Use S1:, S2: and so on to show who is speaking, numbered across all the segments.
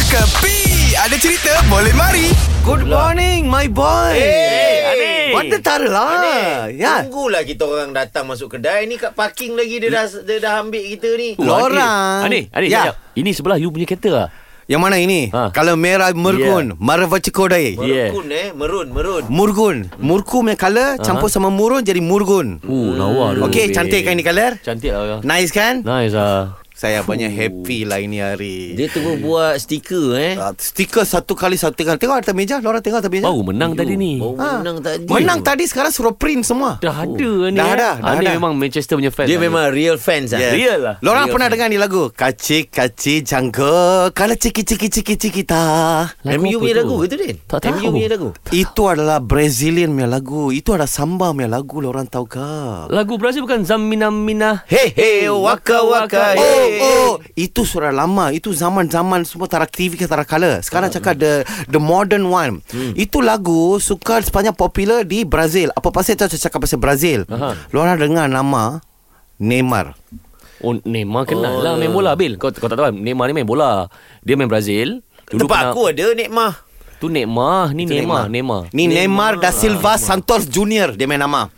S1: Kepi Ada cerita boleh mari
S2: Good morning, my boy.
S3: lah. Hey, Anik.
S2: What the tara lah. Ya.
S3: Tunggulah kita orang datang masuk kedai ni kat parking lagi dia dah dia dah ambil kita ni.
S2: Lorang.
S4: Ani, Ani,
S2: Ya.
S4: ya. Ini sebelah you punya kereta lah.
S2: Yang mana ini?
S4: Ha.
S2: Kalau merah mergun, yeah.
S4: Yeah.
S2: maravachikodai.
S4: Yeah.
S3: Merun eh, merun, merun.
S2: Murgun. Murkum yang color campur sama murun jadi murgun.
S4: Uh, lawa tu.
S2: Okey, cantik kan ini color?
S4: Cantik lah.
S2: Nice kan?
S4: Nice lah.
S2: Saya punya happy lah ini hari.
S3: Dia tunggu buat stiker eh.
S2: Ah, Stiker satu kali satu tengah. Tengok atas meja, Lorang tengok atas meja. Ah.
S4: Baru menang tadi ni.
S3: Baru Oh, menang tadi.
S2: Menang tadi sekarang suruh print semua.
S4: Dah ada ni.
S2: Dah
S4: eh.
S2: ada, dah
S4: Ani
S2: ada.
S4: memang Manchester punya fan.
S3: Dia
S4: Ani.
S3: memang real fans ah.
S2: Yes.
S4: Real lah.
S2: Lorang
S3: Real
S2: pernah dengar ni lagu Kaci kaci jangka Kala ciki ciki ciki ciki ta
S4: Lagu
S3: MU
S4: apa
S3: punya
S4: tu?
S3: lagu ke tu Din?
S4: Tak tahu.
S3: MU punya lagu.
S2: Itu adalah Brazilian punya lagu Itu adalah samba punya lagu Lorang tahu ke
S4: Lagu Brazil bukan Zamina Mina.
S3: Hey hey waka waka.
S2: Oh,
S3: hey.
S2: oh, itu surat lama. Itu zaman-zaman semua tarak TV ke tarak color. Sekarang
S3: Ah,
S2: cakap the the modern one. Hmm. Itu lagu suka sepanjang popular di Brazil. Apa pasal saya cakap pasal Brazil?
S4: Aha.
S2: Lorang dengar nama Neymar.
S4: Oh, Neymar kenal lah main bola Bil. Kau, kau tak tahu kan? Neymar ni main bola. Dia main Brazil.
S3: Tempat aku ada Nikmah.
S4: Tu Neymar, ni Neymar, Neymar.
S2: Ni Neymar, da Silva Santos Junior dia main nama.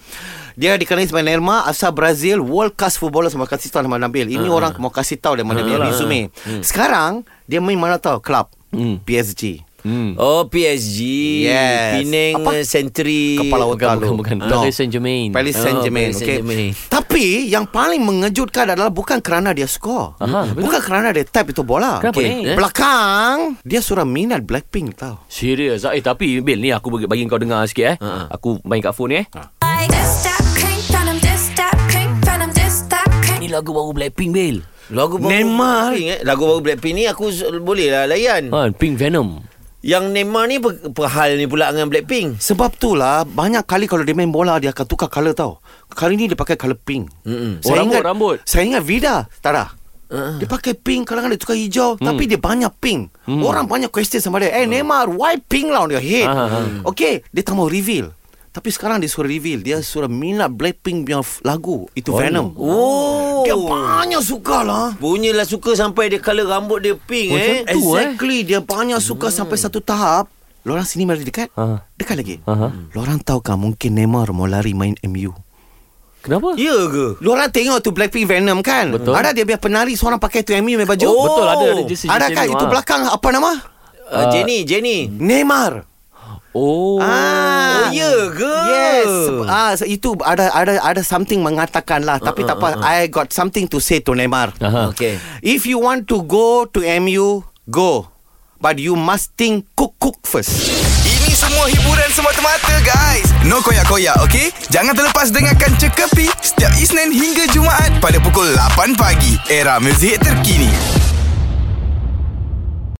S2: Dia dikenali sebagai Neymar asal Brazil world class footballer sama kasih tahu nama Nabil.
S4: Ah.
S2: Ini orang mau kasih tahu dia mana dia resume. Sekarang dia main mana tahu club
S4: Hmm.
S2: PSG.
S4: Hmm.
S3: Oh PSG.
S2: Yes.
S3: Penang
S2: Apa?
S3: Century.
S2: Kepala
S4: Bukan,
S2: otak lu.
S4: bukan, bukan.
S2: No.
S4: Ah. Paris Saint-Germain.
S2: Paris Saint-Germain.
S3: Paris
S2: okay.
S3: Saint-Germain.
S2: Tapi yang paling mengejutkan adalah bukan kerana dia skor.
S4: Aha, betul.
S2: bukan kerana dia tap itu bola.
S4: Kenapa
S3: Okey,
S4: ni?
S3: eh?
S2: Belakang dia surah minat Blackpink tau.
S4: Serius ah. Eh tapi Bil ni aku bagi, bagi kau dengar sikit eh.
S3: Ha, ha.
S4: Aku main kat phone ni eh.
S5: This that came from him, this that came from him, this that came
S4: Ni lagu baru Blackpink Bil.
S3: Lagu baru
S2: Neymar.
S3: Blackpink, eh. Lagu baru Blackpink ni aku s- boleh lah layan.
S4: Ha, Pink Venom.
S3: Yang Neymar ni per- perhal ni pula dengan Blackpink.
S2: Sebab itulah banyak kali kalau dia main bola dia akan tukar colour tau. Kali ni dia pakai colour pink.
S3: Mm-mm.
S4: Oh, rambut, rambut. Ah.
S2: Saya ingat Vida, Tara. Uh. Dia pakai pink kadang-kadang dia tukar hijau hmm. tapi dia banyak pink. Hmm. Orang banyak question sama dia. Eh Neymar, why pink lah on your head?
S4: Hmm. Ah, ah,
S2: Uh. Okay, dia tak mau reveal. Tapi sekarang dia suruh reveal Dia suruh minat Blackpink punya f- lagu Itu Venom
S3: Oh.
S2: Dia banyak suka lah
S3: Punyalah suka sampai dia colour rambut dia pink
S4: Macam tu, eh.
S3: eh.
S4: Hmm.
S2: Exactly Dia banyak suka sampai satu tahap Lorang sini mari dekat
S4: Ah.
S2: Dekat lagi Hmm.
S4: Ah.
S2: Lorang tahukah mungkin Neymar mau lari main MU
S4: Kenapa?
S3: Ya ke?
S2: Lorang tengok tu Blackpink Venom kan
S4: Betul.
S2: Ada dia biar penari Seorang pakai tu MU main baju
S3: Oh,
S4: Betul ada ada jersey
S2: Ada
S4: jersey
S2: kan
S4: ni,
S2: itu
S4: ha.
S2: belakang Apa nama
S4: Ah.
S3: Uh, Jenny, Jenny.
S2: Neymar
S4: Oh.
S3: Oh, ya ke?
S2: Ah. Yes. Ah, so itu ada ada ada something mengatakan lah. Tapi tak apa. I got something to say to Neymar.
S4: Uh, Aha.
S3: Okay.
S2: If you want to go to MU, go. But you must think cook cook first.
S1: Ini semua hiburan semata-mata guys No koyak-koyak ok Jangan terlepas dengarkan Cekapi Setiap Isnin hingga Jumaat Pada pukul 8 pagi Era muzik terkini